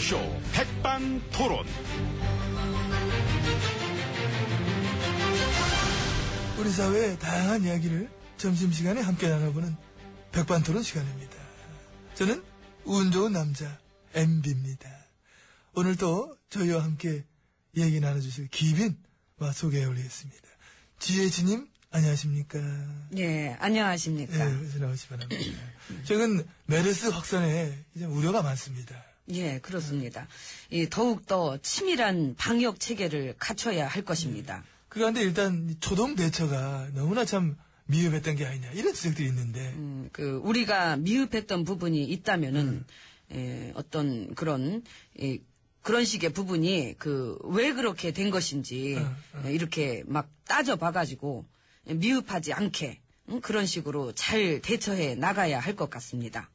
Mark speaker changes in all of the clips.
Speaker 1: 쇼 백반토론.
Speaker 2: 우리 사회의 다양한 이야기를 점심시간에 함께 나눠보는 백반토론 시간입니다. 저는 운 좋은 남자 MB입니다. 오늘 또 저희와 함께 이야기 나눠주실 기빈 와 소개해 올리겠습니다. 지혜진님 안녕하십니까?
Speaker 3: 예, 안녕하십니까.
Speaker 2: 예, 어서 나오시 바랍니다. 최근 메르스 확산에 이제 우려가 많습니다.
Speaker 3: 예, 그렇습니다. 이 더욱더 치밀한 방역 체계를 갖춰야 할 것입니다.
Speaker 2: 그런데 일단 이 초동 대처가 너무나 참 미흡했던 게 아니냐 이런 지적들이 있는데
Speaker 3: 음, 그, 우리가 미흡했던 부분이 있다면은, 예, 어떤 그런, 예, 그런 식의 부분이 그, 왜 그렇게 된 것인지, 예, 이렇게 막 따져봐가지고, 예, 미흡하지 않게, 음, 그런 식으로 잘 대처해 나가야 할 것 같습니다.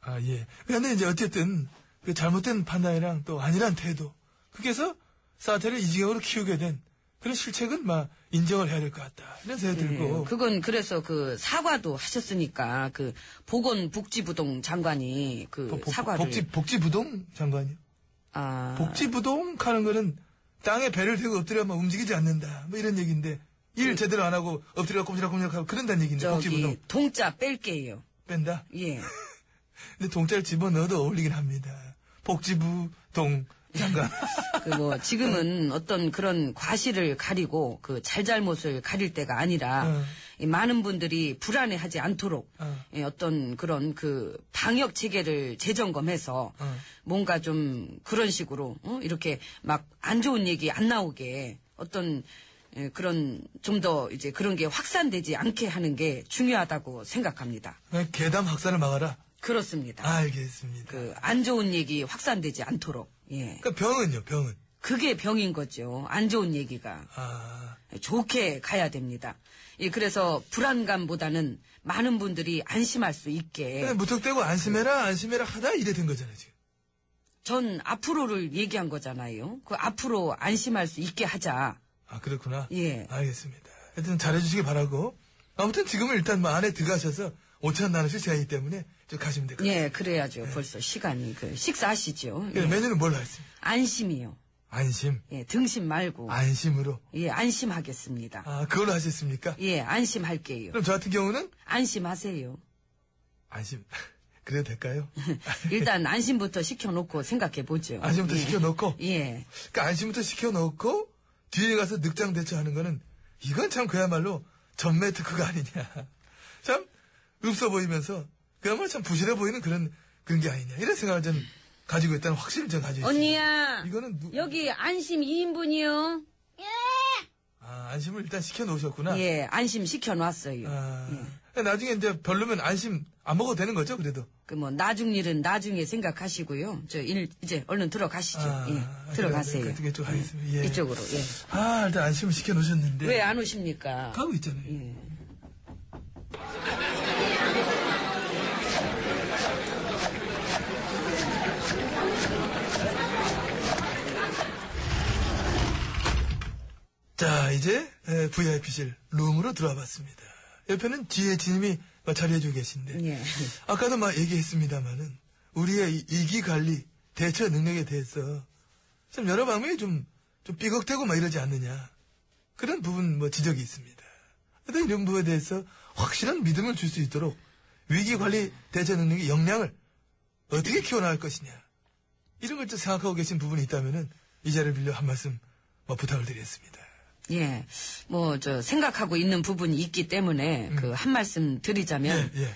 Speaker 2: 아, 예. 근데 이제 어쨌든 그 잘못된 판단이랑 또 아니란 태도. 그래서 사태를 이 지경으로 키우게 된 그런 실책은 막 인정을 해야 될 것 같다. 이런 생각이
Speaker 3: 예,
Speaker 2: 들고.
Speaker 3: 그건 그래서 그 사과도 하셨으니까 그 보건복지부동 장관이 그
Speaker 2: 복- 복-
Speaker 3: 사과를
Speaker 2: 복지, 복지부동 장관이요.
Speaker 3: 아
Speaker 2: 복지부동 하는 거는 땅에 배를 대고 엎드려 막 움직이지 않는다. 뭐 이런 얘기인데. 일 제대로 안 하고 엎드려 꼼지락꼼지락 하고 그런다는 얘기인데.
Speaker 3: 그 저기
Speaker 2: 복지부동
Speaker 3: 동자 뺄게요.
Speaker 2: 뺀다.
Speaker 3: 예.
Speaker 2: 근데 동자를 집어넣어도 어울리긴 합니다. 복지부동 장관.
Speaker 3: 그 뭐 지금은 어떤 그런 과실을 가리고 그 잘잘못을 가릴 때가 아니라
Speaker 2: 어.
Speaker 3: 이 많은 분들이 불안해하지 않도록
Speaker 2: 어.
Speaker 3: 예, 어떤 그런 그 방역 체계를 재점검해서
Speaker 2: 어.
Speaker 3: 뭔가 좀 그런 식으로 어? 이렇게 막 안 좋은 얘기 안 나오게 어떤 예, 그런 좀 더 이제 그런 게 확산되지 않게 하는 게 중요하다고 생각합니다.
Speaker 2: 그냥 계담 확산을 막아라.
Speaker 3: 그렇습니다.
Speaker 2: 알겠습니다.
Speaker 3: 그 안 좋은 얘기 확산되지 않도록 예.
Speaker 2: 그러니까 병은요, 병은.
Speaker 3: 그게 병인 거죠. 안 좋은 얘기가.
Speaker 2: 아,
Speaker 3: 좋게 가야 됩니다. 예, 그래서 불안감보다는 많은 분들이 안심할 수 있게
Speaker 2: 그냥 무턱대고 안심해라, 안심해라 하다 이래 된 거잖아요, 지금.
Speaker 3: 전 앞으로를 얘기한 거잖아요. 그 앞으로 안심할 수 있게 하자.
Speaker 2: 아, 그렇구나.
Speaker 3: 예.
Speaker 2: 알겠습니다. 하여튼 잘해주시기 바라고. 아무튼 지금은 일단 뭐 안에 들어가셔서 5천 나누실 제한이기 때문에 좀 가시면 될 것 같아요.
Speaker 3: 예, 그래야죠. 벌써 시간이 그 식사하시죠.
Speaker 2: 그래,
Speaker 3: 예.
Speaker 2: 메뉴는 뭘로 하겠습니까?
Speaker 3: 안심이요.
Speaker 2: 안심.
Speaker 3: 예, 등심 말고
Speaker 2: 아. 안심으로.
Speaker 3: 예, 안심하겠습니다.
Speaker 2: 아, 그걸로 하셨습니까?
Speaker 3: 예, 안심할게요.
Speaker 2: 그럼 저 같은 경우는
Speaker 3: 안심하세요.
Speaker 2: 안심. 그래도 될까요?
Speaker 3: 일단 안심부터 시켜놓고 생각해 보죠.
Speaker 2: 안심부터 시켜놓고.
Speaker 3: 예.
Speaker 2: 그러니까 안심부터 시켜놓고 뒤에 가서 늑장 대처하는 거는 이건 참 그야말로 전매 특허가 아니냐. 참 없어 보이면서 그야말로 참 부실해 보이는 그런 그런 게 아니냐. 이런 생각을 좀 가지고 있다는 확신을 좀 가지고 있습니다.
Speaker 3: 언니야.
Speaker 2: 이거는 누-
Speaker 3: 여기 안심 2인분이요.
Speaker 2: 아, 안심을 일단 시켜놓으셨구나.
Speaker 3: 예, 안심시켜 놨어요.
Speaker 2: 아, 나중에 이제 별로면 안심 안 먹어도 되는 거죠, 그래도.
Speaker 3: 그 뭐 나중 일은 나중에 생각하시고요. 저 일, 이제 얼른 들어가시죠.
Speaker 2: 아,
Speaker 3: 예, 들어가세요.
Speaker 2: 그래, 그래, 그쪽으로 가겠습니다. 예.
Speaker 3: 이쪽으로. 예.
Speaker 2: 아, 일단 안심을 시켜놓으셨는데.
Speaker 3: 왜 안 오십니까?
Speaker 2: 가고 있잖아요. 자, 이제 에, VIP실 룸으로 들어와 봤습니다. 옆에는 지혜진님이 막 자리해주고 계신데.
Speaker 3: 예.
Speaker 2: 아까도 막 얘기했습니다만은 우리의 이- 이기 관리, 대처 능력에 대해서 참 여러 방면이 좀, 좀 삐걱대고 막 이러지 않느냐. 그런 부분 뭐 지적이 있습니다. 하여튼 이런 부분에 대해서 확실한 믿음을 줄 수 있도록 위기 관리 대처 능력의 역량을 어떻게 키워나갈 것이냐. 이런 걸 좀 생각하고 계신 부분이 있다면은 이 자리를 빌려 한 말씀 뭐 부탁을 드리겠습니다.
Speaker 3: 예. 뭐 저 생각하고 있는 부분이 있기
Speaker 2: 음.
Speaker 3: 때문에 그 한 말씀 드리자면
Speaker 2: 예, 예.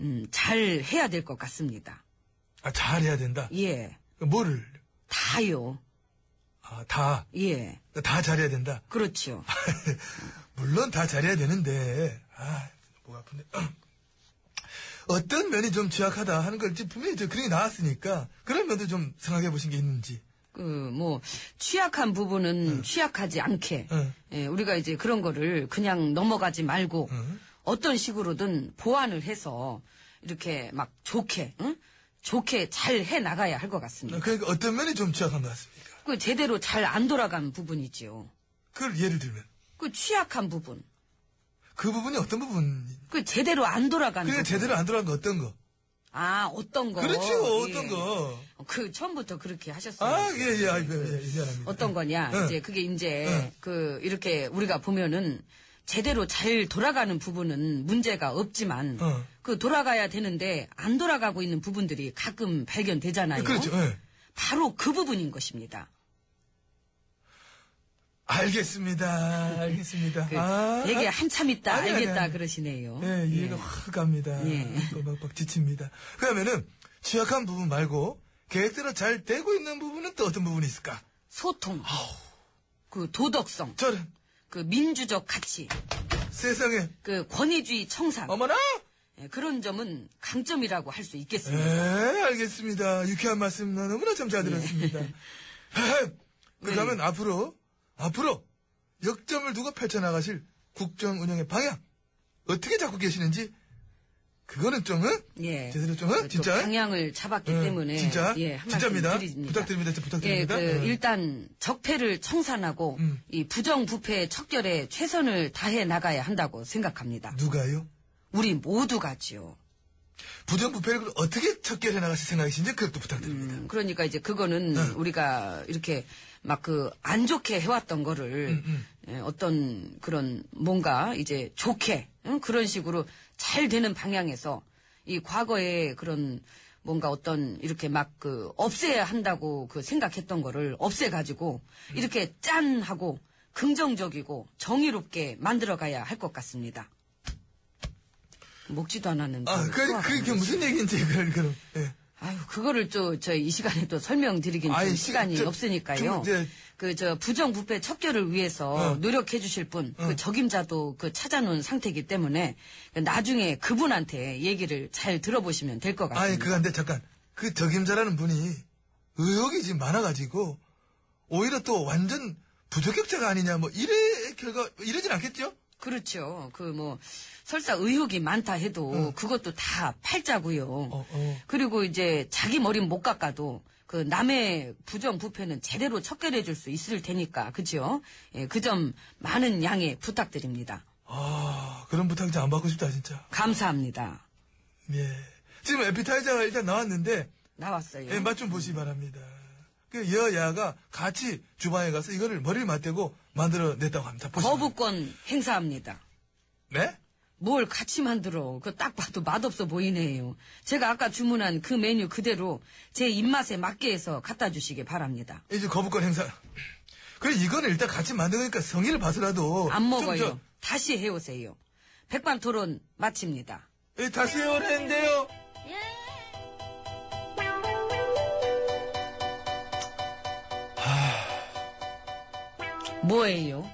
Speaker 3: 음, 잘 해야 될 것 같습니다.
Speaker 2: 아, 잘해야 된다.
Speaker 3: 예.
Speaker 2: 뭐를,
Speaker 3: 다요.
Speaker 2: 아, 다,
Speaker 3: 예.
Speaker 2: 다 잘해야 된다.
Speaker 3: 그렇죠.
Speaker 2: 물론 다 잘해야 되는데, 아, 목 아픈데. 어떤 면이 좀 취약하다 하는 걸 이제 분명히 이제 그림이 나왔으니까 그런 면도 좀 생각해 보신 게 있는지.
Speaker 3: 그 뭐 취약한 부분은 취약하지 않게
Speaker 2: 응.
Speaker 3: 예, 우리가 이제 그런 거를 그냥 넘어가지 말고 어떤 식으로든 보완을 해서 이렇게 막 좋게 응? 좋게 잘 해 나가야 할 것 같습니다.
Speaker 2: 그러니까 어떤 면이 좀 취약한 것 같습니까?
Speaker 3: 그 제대로 잘 안 돌아간 부분이지요.
Speaker 2: 그걸 예를 들면
Speaker 3: 그 취약한 부분,
Speaker 2: 그 부분이 어떤 부분?
Speaker 3: 그 제대로 안 돌아간
Speaker 2: 그러니까
Speaker 3: 부분,
Speaker 2: 제대로 안 돌아간 거 어떤 거?
Speaker 3: 아, 어떤 거?
Speaker 2: 그렇지요,
Speaker 3: 예.
Speaker 2: 그렇죠, 어떤 거.
Speaker 3: 그, 처음부터 그렇게 하셨어요.
Speaker 2: 아, 예, 예, 아이고, 예, 예, 미안합니다.
Speaker 3: 어떤 거냐.
Speaker 2: 응.
Speaker 3: 이제 그게 이제,
Speaker 2: 응.
Speaker 3: 그, 이렇게 우리가 보면은, 제대로 잘 돌아가는 부분은 문제가 없지만,
Speaker 2: 응.
Speaker 3: 그 돌아가야 되는데, 안 돌아가고 있는 부분들이 가끔 발견되잖아요.
Speaker 2: 그렇죠, 예.
Speaker 3: 바로 그 부분인 것입니다.
Speaker 2: 알겠습니다. 알겠습니다.
Speaker 3: 그
Speaker 2: 아,
Speaker 3: 되게 한참 있다,
Speaker 2: 아니, 아니,
Speaker 3: 알겠다,
Speaker 2: 아니.
Speaker 3: 그러시네요.
Speaker 2: 예, 이해가 확 갑니다.
Speaker 3: 예.
Speaker 2: 또 막막 지칩니다. 그러면은, 취약한 부분 말고, 계획대로 잘 되고 있는 부분은 또 어떤 부분이 있을까?
Speaker 3: 소통. 그 도덕성.
Speaker 2: 저는
Speaker 3: 그 민주적 가치.
Speaker 2: 세상에,
Speaker 3: 그 권위주의 청산.
Speaker 2: 어머나!
Speaker 3: 예, 그런 점은 강점이라고 할 수
Speaker 2: 예,
Speaker 3: 있겠습니다.
Speaker 2: 알겠습니다. 유쾌한 말씀 너무나 참
Speaker 3: 예.
Speaker 2: 잘 들었습니다. 네.
Speaker 3: 네.
Speaker 2: 그러면 앞으로, 앞으로, 역점을 두고 펼쳐나가실 국정 운영의 방향, 어떻게 잡고 계시는지, 그거는 좀, 응?
Speaker 3: 예.
Speaker 2: 제대로 좀,
Speaker 3: 또
Speaker 2: 응? 진짜?
Speaker 3: 방향을 잡았기
Speaker 2: 예,
Speaker 3: 때문에
Speaker 2: 진짜?
Speaker 3: 예, 한 말씀
Speaker 2: 진짜입니다.
Speaker 3: 드립니다.
Speaker 2: 부탁드립니다. 진짜
Speaker 3: 예,
Speaker 2: 부탁드립니다.
Speaker 3: 그
Speaker 2: 예.
Speaker 3: 일단 적폐를 청산하고
Speaker 2: 음.
Speaker 3: 이 부정부패 척결에 최선을 다해 나가야 한다고 생각합니다.
Speaker 2: 누가요?
Speaker 3: 우리 모두가지요.
Speaker 2: 부정부패를 그럼 어떻게 척결해 나가실 생각이신지 그것도 부탁드립니다.
Speaker 3: 음, 그러니까 이제 그거는
Speaker 2: 네.
Speaker 3: 우리가 이렇게 막 그 안 좋게 해왔던
Speaker 2: 음,
Speaker 3: 거를 예, 어떤 그런 뭔가 이제 좋게 응? 그런 식으로 잘 되는 방향에서 이 과거에 그런 뭔가 어떤 이렇게 막 그 없애야 한다고 그 생각했던 거를 없애가지고
Speaker 2: 음.
Speaker 3: 이렇게 짠하고 긍정적이고 정의롭게 만들어가야 할 것 같습니다. 먹지도 않았는데.
Speaker 2: 아, 그,
Speaker 3: 소화가 안
Speaker 2: 그게
Speaker 3: 되지.
Speaker 2: 무슨 얘기인지, 그럼, 그럼. 예.
Speaker 3: 아유, 그거를 또, 저희 이 시간에 또 설명드리긴
Speaker 2: 아이,
Speaker 3: 좀
Speaker 2: 시-
Speaker 3: 시간이
Speaker 2: 저-
Speaker 3: 없으니까요.
Speaker 2: 좀 이제-
Speaker 3: 그, 저, 부정부패 척결을 위해서
Speaker 2: 어.
Speaker 3: 노력해 주실 분, 그
Speaker 2: 어.
Speaker 3: 적임자도 그 찾아놓은 상태이기 때문에 나중에 그분한테 얘기를 잘 들어보시면 될 것
Speaker 2: 아니,
Speaker 3: 같습니다.
Speaker 2: 그건데, 잠깐. 그 적임자라는 분이 의혹이 지금 많아가지고, 오히려 또 완전 부적격자가 아니냐, 뭐, 이래, 결과, 이러진 않겠죠?
Speaker 3: 그, 렇죠 그 뭐, 설사 의혹이 많다 해도 그것도 다 팔자고요.
Speaker 2: 어.
Speaker 3: 그리고 이제 자기 머리 못 깎아도 그 남의 부정부패는 제대로 척결해 줄 수 있을 테니까, 그죠? 예, 그 점 많은 양해 부탁드립니다.
Speaker 2: 아, 그런 부탁 이제 안 받고 싶다, 진짜.
Speaker 3: 감사합니다.
Speaker 2: 예. 지금 에피타이저가 일단 나왔는데, 예,
Speaker 3: 나왔어요.
Speaker 2: 맛 좀 보시기 바랍니다. 그 여야가 같이 주방에 가서 이거를 머리를 맞대고 만들어냈다고 합니다. 보시면.
Speaker 3: 거부권 행사합니다.
Speaker 2: 네?
Speaker 3: 뭘 같이 만들어. 그 딱 봐도 맛없어 보이네요. 제가 아까 주문한 그 메뉴 그대로 제 입맛에 맞게 해서 갖다 주시기 바랍니다.
Speaker 2: 이제 거부권 행사. 그래, 이거는 일단 같이 만드니까 성의를 봐서라도.
Speaker 3: 안
Speaker 2: 좀
Speaker 3: 먹어요. 다시 해오세요. 백반 토론 마칩니다.
Speaker 2: 저- 예, 다시 해오는데요.
Speaker 3: 뭐예요?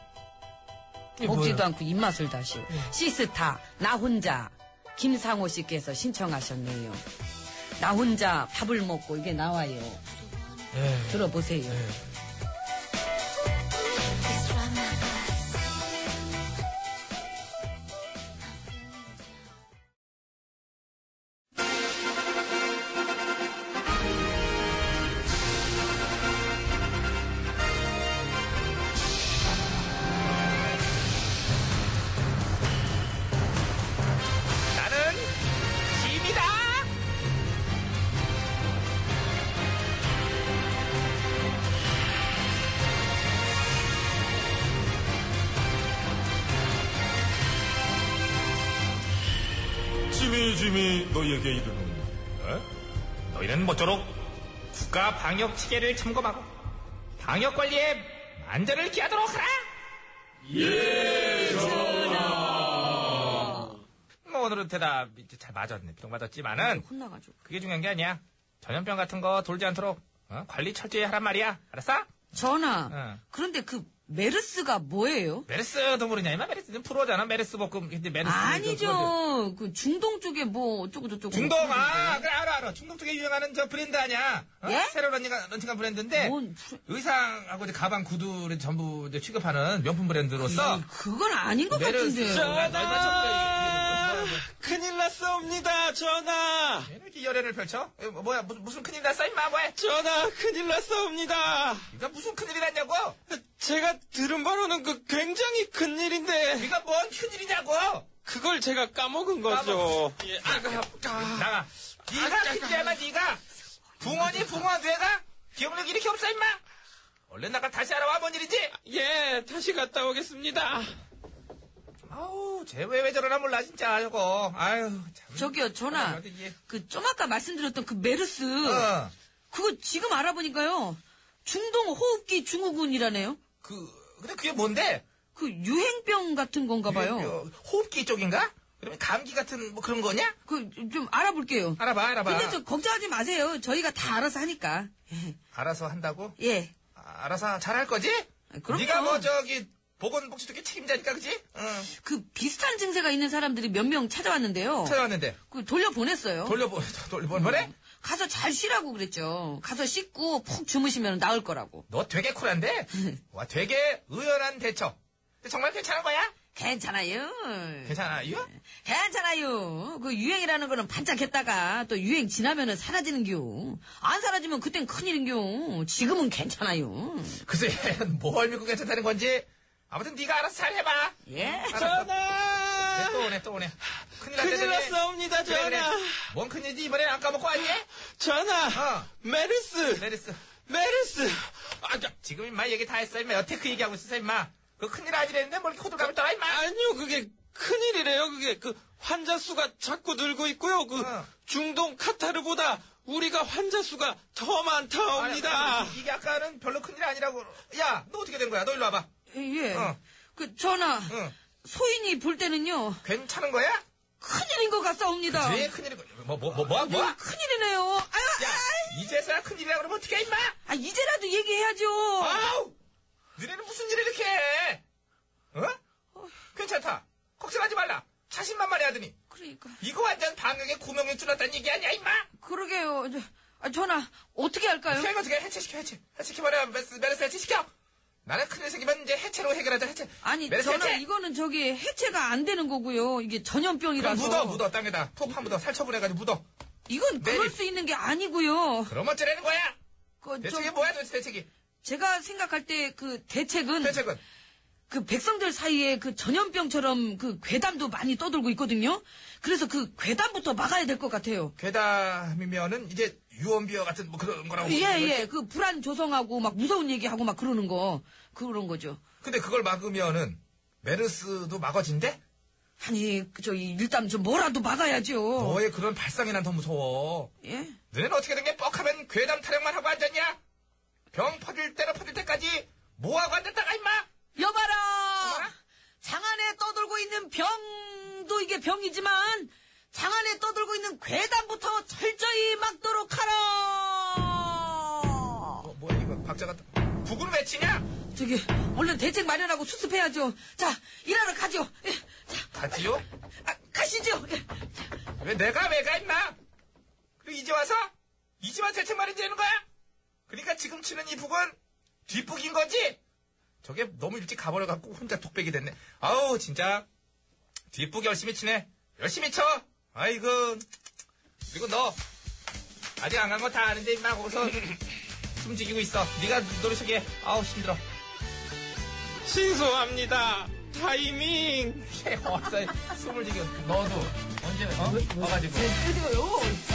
Speaker 2: 이게
Speaker 3: 먹지도
Speaker 2: 뭐예요?
Speaker 3: 않고 입맛을 다시. 시스타, 나 혼자. 김상호 씨께서 신청하셨네요. 나 혼자 밥을 먹고 이게 나와요.
Speaker 1: 예.
Speaker 3: 들어보세요.
Speaker 2: 예.
Speaker 1: 나는 짐이다. 짐이 짐이 너희에게 이르노니 어? 너희는 모쪼록 국가 방역 체계를 점검하고 방역 관리에 안전을 기하도록 하라. 뭐 오늘은 대답 이제 잘 맞았네. 비록 맞았지만은
Speaker 3: 혼나가지고.
Speaker 1: 그게 중요한 게 아니야. 전염병 같은 거 돌지 않도록 어? 관리 철저히 하란 말이야. 알았어?
Speaker 3: 전하.
Speaker 1: 어.
Speaker 3: 그런데 그 메르스가 뭐예요?
Speaker 1: 메르스도 모르냐 이마 메르스는 프로잖아. 메르스 볶음. 근데 메르스 그거
Speaker 3: 아니죠. 그 중동 쪽에 뭐 어쩌고 저쩌고.
Speaker 1: 중동 아 그래 알아 알아. 중동 쪽에 유행하는 저 브랜드 아니야. 어?
Speaker 3: 예?
Speaker 1: 새로 런칭한, 런칭한 브랜드인데
Speaker 3: 뭔 브-
Speaker 1: 의상하고 이제 가방 구두를 전부 이제 취급하는 명품 브랜드로서
Speaker 3: 그- 그건 아닌 것 같은데.
Speaker 1: 전하
Speaker 4: 큰일 났사옵니다, 전하!
Speaker 1: 이렇게 열애를 펼쳐? 에, 뭐, 뭐야 무슨, 무슨 큰일 났어 임마 뭐야?
Speaker 4: 전하, 큰일 났사옵니다!
Speaker 1: 이거 무슨 큰일이 났냐고?
Speaker 4: 제가 들은 바로는 그 굉장히 큰일인데,
Speaker 3: 아,
Speaker 1: 이거 뭔 큰일이냐고?
Speaker 4: 그걸 제가 까먹은 거죠. 예,
Speaker 3: 그,
Speaker 4: 아가, 아,
Speaker 2: 나가. 네가 핑계하면 네가 붕어니 붕어 뇌가 기억력 이렇게 없어 임마. 얼른 나가 다시 알아와 뭔 일이지.
Speaker 4: 예, 다시 갔다 오겠습니다.
Speaker 2: 아우 쟤 왜 왜 저러나 몰라 진짜 저거. 아유 참.
Speaker 3: 저기요, 전화.
Speaker 2: 어디 이게?
Speaker 3: 그, 좀 아까 말씀드렸던 그 메르스.
Speaker 2: 어.
Speaker 3: 그거 지금 알아보니까요. 중동 호흡기 증후군이라네요.
Speaker 2: 그 근데 그게 뭔데?
Speaker 3: 그 유행병 같은 건가 봐요.
Speaker 2: 그, 그, 호흡기 쪽인가? 그러면 감기 같은 뭐 그런 거냐?
Speaker 3: 그 좀 알아볼게요.
Speaker 2: 알아봐 알아봐.
Speaker 3: 근데 저 걱정하지 마세요. 저희가 다 알아서 하니까.
Speaker 2: 알아서 한다고?
Speaker 3: 예.
Speaker 2: 아, 알아서 잘할 거지?
Speaker 3: 아, 그럼요.
Speaker 2: 네가 뭐 저기 보건복지局 책임자니까 그지? 응.
Speaker 3: 그 비슷한 증세가 있는 사람들이 몇 명 찾아왔는데요.
Speaker 2: 찾아왔는데
Speaker 3: 그 돌려보냈어요.
Speaker 2: 돌려보 돌려보 뭐래?
Speaker 3: 가서 잘 쉬라고 그랬죠. 가서 씻고 푹 주무시면 나을 거라고.
Speaker 2: 너 되게 쿨한데? 와, 되게 의연한 대처. 근데 정말 괜찮은 거야?
Speaker 3: 괜찮아요. 네.
Speaker 2: 괜찮아, 이거?
Speaker 3: 괜찮아요. 그 유행이라는 거는 반짝했다가 또 유행 지나면은 사라지는겨. 안 사라지면 그땐 큰일인겨. 지금은 괜찮아요.
Speaker 2: 글쎄, 얘는 뭘 믿고 괜찮다는 건지. 아무튼 네가 알아서 잘 해봐.
Speaker 3: 예.
Speaker 2: 얘
Speaker 4: 전화!
Speaker 2: 또 오네, 또 오네. 큰일 났네.
Speaker 4: 큰일
Speaker 2: 저게.
Speaker 4: 났습니다,
Speaker 2: 그래, 그래.
Speaker 4: 전화!
Speaker 2: 뭔 큰일이지? 이번엔 안 까먹고 왔니?
Speaker 4: 전화!
Speaker 2: 어.
Speaker 4: 메르스!
Speaker 2: 메르스.
Speaker 4: 메르스! 아, 저,
Speaker 2: 지금 임마 얘기 다 했어, 임마. 여태 그 얘기하고 있었어, 임마. 그 큰일 아니랬는데 뭘 이렇게 호들갑을 떠라, 임마.
Speaker 4: 아니요, 그게 큰일이래요. 그게 그 환자 수가 자꾸 늘고 있고요. 그
Speaker 2: 어.
Speaker 4: 중동 카타르보다 우리가 환자 수가 더 많다옵니다.
Speaker 2: 아니, 예, 이게 아까는 별로 큰일 아니라고. 야, 너 어떻게 된 거야? 너 일로 와봐.
Speaker 3: 예.
Speaker 2: 어.
Speaker 3: 그 전화.
Speaker 2: 응.
Speaker 3: 소인이 볼 때는요.
Speaker 2: 괜찮은 거야?
Speaker 3: 큰일인 것 같사옵니다.
Speaker 2: 왜 큰일이, 뭐, 뭐, 뭐, 뭐, 뭐?
Speaker 3: 아, 큰일이네요. 아유,
Speaker 2: 야, 이제서야 큰일이라 그러면 어떡해, 임마!
Speaker 3: 아, 이제라도 얘기해야죠.
Speaker 2: 아우! 너네는 무슨 일을 이렇게 해? 어? 괜찮다. 걱정하지 말라. 자신만만 해하더니.
Speaker 3: 그러니까.
Speaker 2: 이거 완전 방역에 구명이 줄었다는 얘기 아니야, 임마!
Speaker 3: 그러게요. 저, 아, 전화 어떻게 할까요?
Speaker 2: 이거 어떻게 해체시켜, 해체. 해체시켜버려. 메르스, 메르스 해체시켜! 나는 큰일 생기면 이제 해체로 해결하자, 해체.
Speaker 3: 아니,
Speaker 2: 메르스
Speaker 3: 전화
Speaker 2: 해체!
Speaker 3: 이거는 저기 해체가 안 되는 거고요. 이게
Speaker 2: 그럼
Speaker 3: 전염병이라서.
Speaker 2: 묻어, 묻어, 땅에다. 토판 묻어, 살처분해가지고 묻어.
Speaker 3: 이건 그럴
Speaker 2: 내리-
Speaker 3: 수 있는 게 아니고요.
Speaker 2: 그럼 어쩌라는 거야?
Speaker 3: 그, 좀
Speaker 2: 대책이 뭐야, 도대체 대책이?
Speaker 3: 제가 생각할 때 그 대책은
Speaker 2: 대책은?
Speaker 3: 그 백성들 사이에 그 전염병처럼 그 괴담도 많이 떠돌고 있거든요. 그래서 그 괴담부터 막아야 될 것 같아요.
Speaker 2: 괴담이면은 이제 유언비어 같은 뭐 그런 거라고.
Speaker 3: 예,
Speaker 2: 보는 거지?
Speaker 3: 예. 그 불안 조성하고 막 무서운 얘기하고 막 그러는 거. 그런 거죠.
Speaker 2: 근데 그걸 막으면은 메르스도 막아진대?
Speaker 3: 아니, 그 저기 일단 좀 뭐라도 막아야죠.
Speaker 2: 너의 그런 발상이 난 더 무서워.
Speaker 3: 예?
Speaker 2: 너는 어떻게 된 게 뻑하면 괴담 타령만 하고 앉았냐? 병 퍼질 때로 퍼질 때까지 뭐하고 앉았다가 임마?
Speaker 3: 여봐라! 장 안에 떠돌고 있는 병도 이게 병이지만, 장 안에 떠돌고 있는 괴담부터 철저히 막도록 하라!
Speaker 2: 어, 뭐야 이거 박자가 북을 왜 치냐?
Speaker 3: 저기, 얼른 대책 마련하고 수습해야죠. 자, 일하러 가죠. 예, 자,
Speaker 2: 가지요?
Speaker 3: 아, 가시죠. 예.
Speaker 2: 왜 내가 왜 가 임마? 그리고 이제 와서 이제만 대책 마련이 되는 거야? 그러니까 지금 치는 이 북은 뒷북인 거지? 저게 너무 일찍 가버려갖고 혼자 독백이 됐네. 아우 진짜 뒷북 열심히 치네. 열심히 쳐. 아이고 그리고 너 아직 안 간 거 다 아는데 임마 거기서 숨죽이고 있어. 네가 노릇하게 해. 아우 힘들어.
Speaker 4: 신소합니다. 타이밍.
Speaker 2: 어서 숨을 죽여. 너도 언제 어? 와가지고.
Speaker 3: 그리고요.